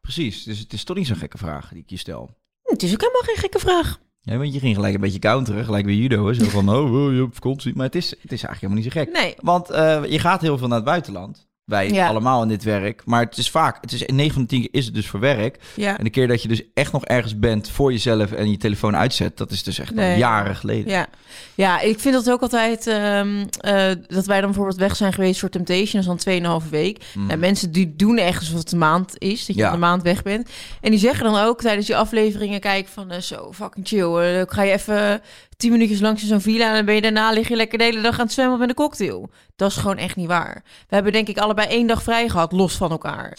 precies. Dus het is toch niet zo'n gekke vraag die ik je stel. het is ook helemaal geen gekke vraag. Ja, want je ging gelijk een beetje counteren, gelijk bij judo. Hè? Zo van, oh, oh, je hebt vakantie. Maar het is, het is eigenlijk helemaal niet zo gek. Nee, Want eh, je gaat heel veel naar het buitenland. Wij Ja. allemaal in dit werk. Maar het is vaak, het is, 9 van de 10 keer is het dus voor werk. ja. En de keer dat je dus echt nog ergens bent voor jezelf en je telefoon uitzet, dat is dus echt al Nee. jaren geleden. Ja. ja, ik vind dat ook altijd ehm, eh, dat wij dan bijvoorbeeld weg zijn geweest voor Temptation, dat is dan 2,5 week. Mm. Nou, mensen die doen echt alsof het een maand is, dat je Ja. van een maand weg bent. En die zeggen dan ook tijdens die afleveringen, kijk van eh, zo fucking chill. eh, ik ga je even 10 minuutjes langs in zo'n villa en dan ben je daarna lig je lekker de hele dag aan het zwemmen met een cocktail. Dat is gewoon echt niet waar. We hebben denk ik allebei één dag vrij gehad, los van elkaar.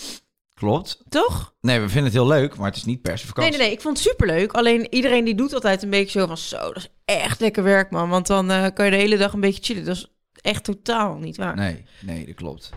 Klopt. Toch? Nee, we vinden het heel leuk, maar het is niet per se Nee, vakantie. nee, nee. Ik vond het superleuk. Alleen iedereen die doet altijd een beetje zo van... Zo, dat is echt lekker werk, man. Want dan eh, kan je de hele dag een beetje chillen. Dat is echt totaal niet waar. Nee, nee, dat klopt.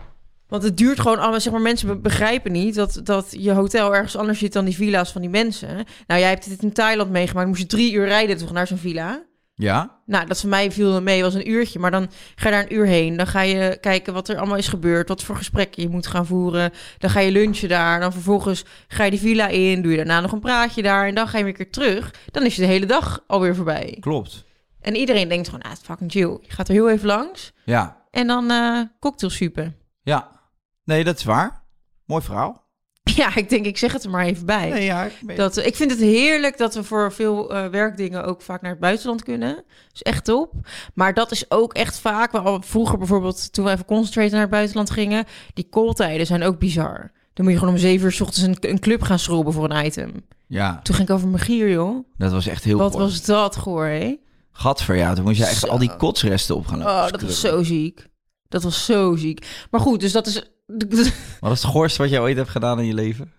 Want het duurt gewoon allemaal... Zeg maar, mensen be- begrijpen niet dat, dat je hotel ergens anders zit dan die villa's van die mensen. Nou, jij hebt dit in Thailand meegemaakt. Moest je drie uur rijden toch naar zo'n villa? Ja? Nou, dat voor mij viel dan mee, was een uurtje. Maar dan ga je daar een uur heen. Dan ga je kijken wat er allemaal is gebeurd. Wat voor gesprekken je moet gaan voeren. Dan ga je lunchen daar. Dan vervolgens ga je die villa in. Doe je daarna nog een praatje daar. En dan ga je weer een keer terug. Dan is je de hele dag alweer voorbij. Klopt. En iedereen denkt gewoon, ah, het is fucking chill. Je gaat er heel even langs. Ja. En dan eh cocktail supen. Ja. Nee, dat is waar. Mooi verhaal. Ja, ik denk, ik zeg het er maar even bij. Nee, ja. Ik, Dat, eh, ik vind het heerlijk dat we voor veel eh, werkdingen ook vaak naar het buitenland kunnen. Dat is echt top. Maar dat is ook echt vaak. wel- Vroeger bijvoorbeeld, toen we even concentraten naar het buitenland gingen, die calltijden zijn ook bizar. Dan moet je gewoon om zeven uur 's ochtends een, een club gaan schroeven voor een item. ja, Toen ging ik over mijn gier, joh. dat was echt heel Wat goor. was dat goor, hè? Gadver, ja. Toen moest je echt Zo. al die kotsresten op gaan lopen Oh, dat was scrubben. zo ziek. Dat was zo ziek. Maar goed, dus dat is... Wat is het goorste wat jij ooit hebt gedaan in je leven?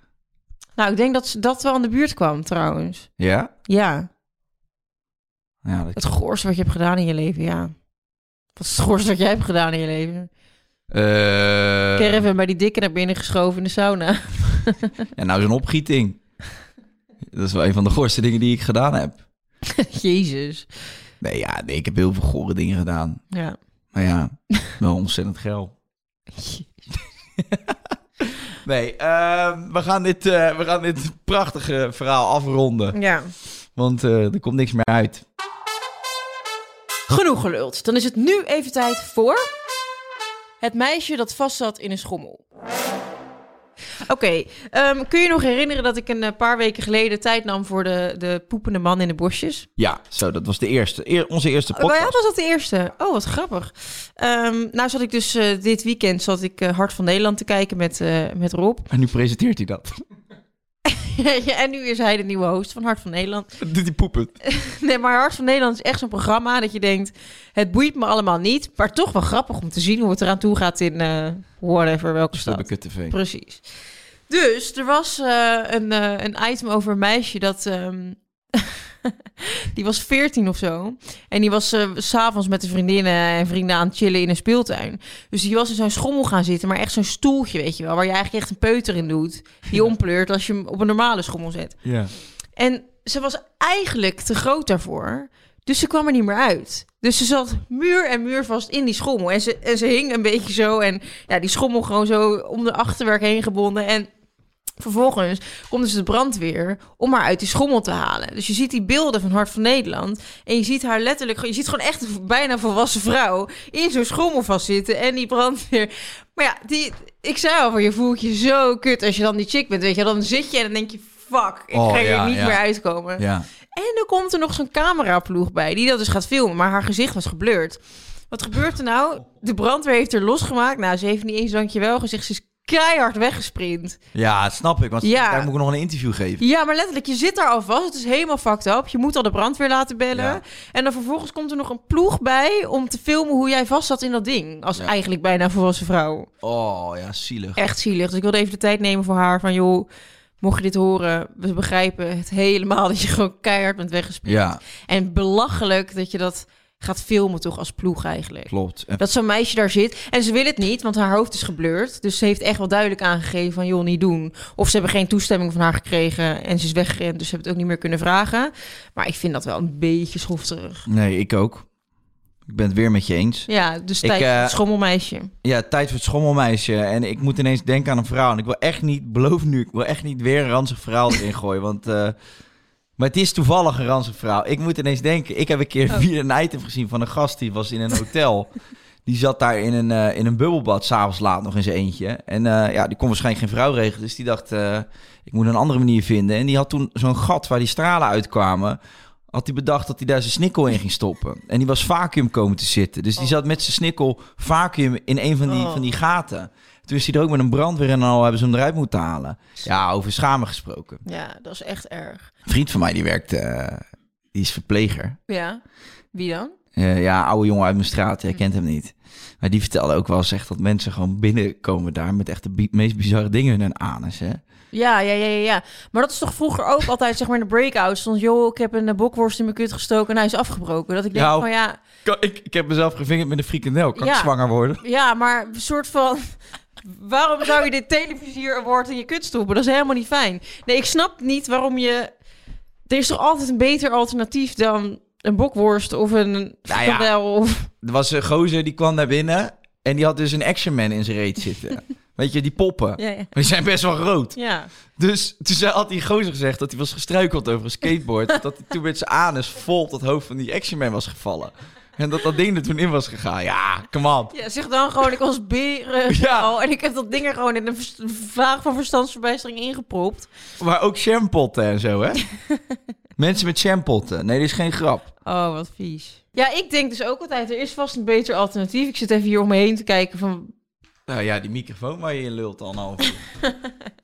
Nou, ik denk dat ze- dat wel aan de buurt kwam, trouwens. Ja? Ja, Ja, dat... het goorste wat je hebt gedaan in je leven, ja. Wat schors wat jij hebt gedaan in je leven. Eh, Caravan bij die dikke naar binnen geschoven in de sauna. en nou zo'n opgieting. Dat is wel een van de goorste dingen die ik gedaan heb. Jezus. Nee, ja, nee, ik heb heel veel gore dingen gedaan. Ja. Maar ja, wel ontzettend geil. Nee, eh, we, gaan dit, eh, we gaan dit prachtige verhaal afronden. ja. Want eh, er komt niks meer uit. Genoeg geluld. Dan is het nu even tijd voor... Het meisje dat vastzat in een schommel. Oké, ehm, kun je nog herinneren dat ik een eh, paar weken geleden tijd nam voor de, de poepende man in de bosjes? Ja, zo, dat was de eerste. Eer- onze eerste Oh, ja, podcast. was dat de eerste? Oh, wat grappig. Ehm, nou zat ik dus eh, dit weekend zat ik eh, Hart van Nederland te kijken met, eh, met Rob. En nu presenteert hij dat. Ja, en nu is hij de nieuwe host van Hart van Nederland. Doet hij poepen. Nee, maar Hart van Nederland is echt zo'n programma dat je denkt... het boeit me allemaal niet, maar toch wel grappig om te zien... hoe het eraan toe gaat in eh, whatever, welke Stop stad. ik het tv. Precies. Dus er was eh, een, eh, een item over een meisje dat. ehm, die was 14 of zo. En die was eh, s s'avonds met de vriendinnen en vrienden aan het chillen in een speeltuin. Dus die was in zo'n schommel gaan zitten, maar echt zo'n stoeltje, weet je wel. Waar je eigenlijk echt een peuter in doet. Die ompleurt als je hem op een normale schommel zet. Ja. En ze was eigenlijk te groot daarvoor. Dus ze kwam er niet meer uit. Dus ze zat muur en muur vast in die schommel. En ze, en ze hing een beetje zo. En ja, die schommel gewoon zo om de achterwerk heen gebonden. En vervolgens komt dus de brandweer om haar uit die schommel te halen. Dus je ziet die beelden van Hart van Nederland. En je ziet haar letterlijk... Je ziet gewoon echt een bijna volwassen vrouw in zo'n schommel vastzitten. En die brandweer... Maar ja, die, ik zei al van je voelt je zo kut als je dan die chick bent. Weet je, dan zit je en dan denk je... Fuck, ik Oh, ga hier ja, niet ja. meer uitkomen. Ja. En dan komt er nog zo'n cameraploeg bij die dat dus gaat filmen. Maar haar gezicht was geblurred. Wat gebeurt er nou? De brandweer heeft er losgemaakt. Nou, ze heeft niet eens dankjewel gezegd. Ze is keihard weggesprint. ja, dat snap ik. Want Ja. daar moet ik nog een interview geven. Ja, maar letterlijk, je zit daar al vast. Het is helemaal fucked up. Je moet al de brandweer laten bellen. Ja. En dan vervolgens komt er nog een ploeg bij om te filmen hoe jij vast zat in dat ding. Als Ja. eigenlijk bijna volwassen vrouw. Oh, ja, zielig. Echt zielig. Dus ik wilde even de tijd nemen voor haar. Van joh, mocht je dit horen, we begrijpen het helemaal dat je gewoon keihard bent weggesprint. Ja, En belachelijk dat je dat gaat filmen toch als ploeg eigenlijk. klopt. En Dat zo'n meisje daar zit en ze wil het niet, want haar hoofd is geblurred. Dus ze heeft echt wel duidelijk aangegeven van joh, niet doen. Of ze hebben geen toestemming van haar gekregen en ze is weggerend, dus ze hebben het ook niet meer kunnen vragen. Maar ik vind dat wel een beetje schofterig. Nee, ik ook. Ik ben het weer met je eens. Ja, dus Ik, tijd voor eh, het schommelmeisje. Ja, tijd voor het schommelmeisje. En ik moet ineens denken aan een verhaal. En ik wil echt niet, beloof nu, ik wil echt niet weer een ranzig verhaal erin gooien. Want, eh, maar het is toevallig een ranzig verhaal. Ik moet ineens denken. Ik heb een Oh. keer weer een item gezien van een gast die was in een hotel. Die zat daar in een, eh, in een bubbelbad, s'avonds laat nog in zijn eentje. En eh, ja, die kon waarschijnlijk geen vrouw regelen. Dus die dacht, eh, ik moet een andere manier vinden. En die had toen zo'n gat waar die stralen uitkwamen. Had hij bedacht dat hij daar zijn snikkel in ging stoppen. En die was vacuüm komen te zitten. Dus die Oh. zat met zijn snikkel vacuüm in een van die, Oh. van die gaten. Toen is hij er ook met een brandweer en al hebben ze hem eruit moeten halen. Ja, over schamen gesproken. Ja, dat is echt erg. Een vriend van mij die werkt, eh, die is verpleger. Ja, wie dan? Eh, ja, oude jongen uit mijn straat, jij kent hem niet. Maar die vertelde ook wel eens echt dat mensen gewoon binnenkomen daar met echt de bi- meest bizarre dingen in hun anus. Hè? Ja, ja, ja, ja, ja. Maar dat is toch vroeger ook altijd, zeg maar, in de breakout stond... joh, ik heb een eh, bokworst in mijn kut gestoken en hij is afgebroken. Dat ik denk Nou. van, ja, Ik, ik heb mezelf gevingerd met een frikandel, Kan ik Ja. zwanger worden? ja, maar een soort van... waarom zou je dit televisier award in je kut stoppen? Dat is helemaal niet fijn. Nee, ik snap niet waarom je... Er is toch altijd een beter alternatief dan een bokworst of een Nou ja. frikandel of... Er was een gozer die kwam naar binnen en die had dus een Action Man in zijn reet zitten. Weet je, die poppen. Ja, ja. Maar die zijn best wel rood. ja. Dus toen zei- had die gozer gezegd dat hij was gestruikeld over een skateboard. dat hij toen met zijn anus vol op dat hoofd van die Action Man was gevallen. En dat dat ding er toen in was gegaan. Ja, come on. Ja, zeg dan gewoon, ik was beren Ja. en ik heb dat ding er gewoon in een vers- vlaag van verstandsverbijstering ingepropt. Maar ook shampotten en zo, hè? Mensen met shampotten. Nee, dit is geen grap. Oh, wat vies. Ja, ik denk dus ook altijd, er is vast een beter alternatief. Ik zit even hier om me heen te kijken van... Nou ja, die microfoon waar je in lult al een half uur.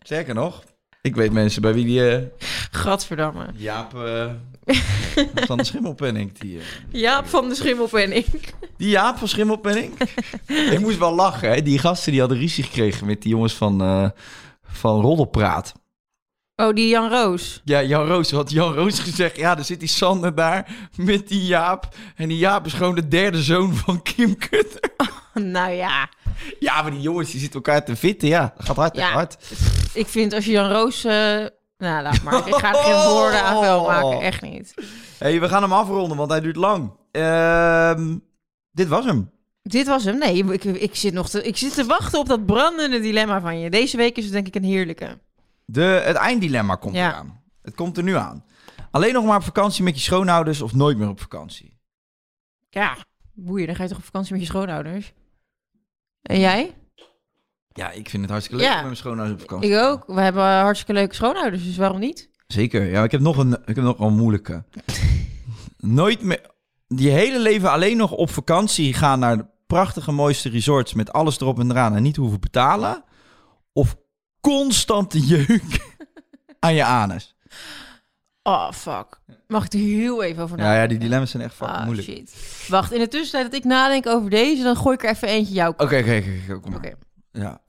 Sterker nog, ik weet mensen bij wie die eh, Gadverdamme. Jaap eh, van de Schimmelpenning. Die, eh, Jaap van de Schimmel ben ik. die Jaap van Schimmelpenning? ik moest wel lachen, hè? Die gasten die hadden ruzie gekregen met die jongens van, eh van Roddelpraat. Oh, die Jan Roos. Ja, Jan Roos. Had Jan Roos gezegd, ja, er zit die Sander daar met die Jaap. En die Jaap is gewoon de derde zoon van Kim Kutter. Nou ja, Ja, maar die jongens, die zitten elkaar te vitten. Ja, dat gaat hard, Ja. echt hard. ik vind als je Jan Roos... eh, Nou, laat maar. Ik ga er geen woorden aan wel Oh. maken. Echt niet. hey, we gaan hem afronden, want hij duurt lang. Ehm, dit was hem. Dit was hem. Nee, ik, ik, zit nog te, ik zit te wachten op dat brandende dilemma van je. Deze week is het denk ik een heerlijke. De, het einddilemma komt Ja. eraan. Het komt er nu aan. Alleen nog maar op vakantie met je schoonouders of nooit meer op vakantie. Ja, boeien. Dan ga je toch op vakantie met je schoonouders? En jij? Ja, ik vind het hartstikke leuk Ja. om met mijn schoonouders op vakantie. Ik te gaan. ook. We hebben eh, hartstikke leuke schoonouders, dus waarom niet? Zeker. Ja, ik heb nog een, ik heb nog een moeilijke. Nooit meer... Je hele leven alleen nog op vakantie gaan naar de prachtige mooiste resorts met alles erop en eraan en niet hoeven betalen. Of constante jeuk aan je anus. Oh, fuck. Mag ik er heel even over Ja, nadenken? ja, die dilemma's zijn echt fucking Ah, moeilijk. Oké, shit. Wacht, in de tussentijd dat ik nadenk over deze, dan gooi ik er even eentje jouw kant. oké, oké, oké. kom Oh, maar. Oké. Ja.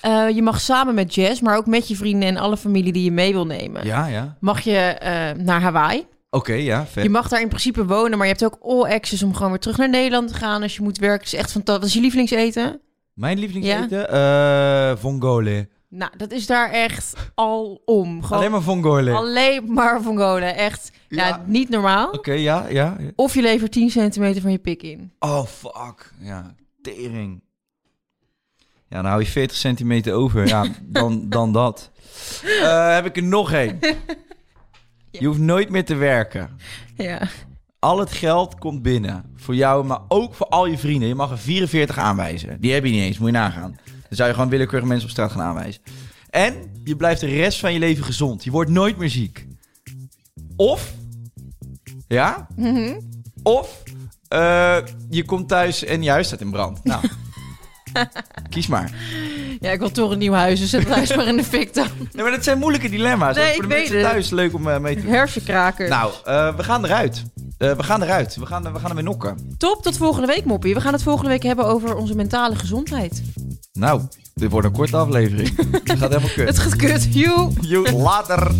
Eh, je mag samen met Jess, maar ook met je vrienden en alle familie die je mee wil nemen. ja, ja. Mag je eh, naar Hawaii? Oké, ja, vet. Je mag daar in principe wonen, maar je hebt ook all access om gewoon weer terug naar Nederland te gaan als je moet werken. Het is echt fantastisch. Wat is je lievelingseten? Mijn lievelingseten? eh vongole. Nou, dat is daar echt al om. Gewoon Alleen maar vongole. Oké, alleen maar vongolen. Echt ja. Ja. niet normaal. ja, ja. ja. Of je levert 10 centimeter van je pik in. Oh, fuck. Ja, tering. Ja, dan hou je 40 centimeter over. Ja, dan, dan dat. Eh, heb ik er nog één. Je hoeft nooit meer te werken. Ja. Al het geld komt binnen. Voor jou, maar ook voor al je vrienden. Je mag er 44 aanwijzen. Die heb je niet eens, moet je nagaan. Dan zou je gewoon willekeurig mensen op straat gaan aanwijzen. En je blijft de rest van je leven gezond. Je wordt nooit meer ziek. Of, ja, Mhm. of eh, je komt thuis en je huis staat in brand. Nou, kies maar. ja, ik wil toch een nieuw huis, dus zet het huis maar in de fik dan. Nee, maar dat zijn moeilijke dilemma's. Nee, Ook voor ik de weet mensen het. thuis leuk om eh, mee te doen. Hersenkraker. Nou, eh, we gaan eruit. Eh, we gaan eruit. We gaan, we gaan ermee nokken. Top, tot volgende week, Moppie. We gaan het volgende week hebben over onze mentale gezondheid. Nou, dit wordt een korte aflevering. Het gaat helemaal Het kut. gaat kut. Joe. Joe, Later.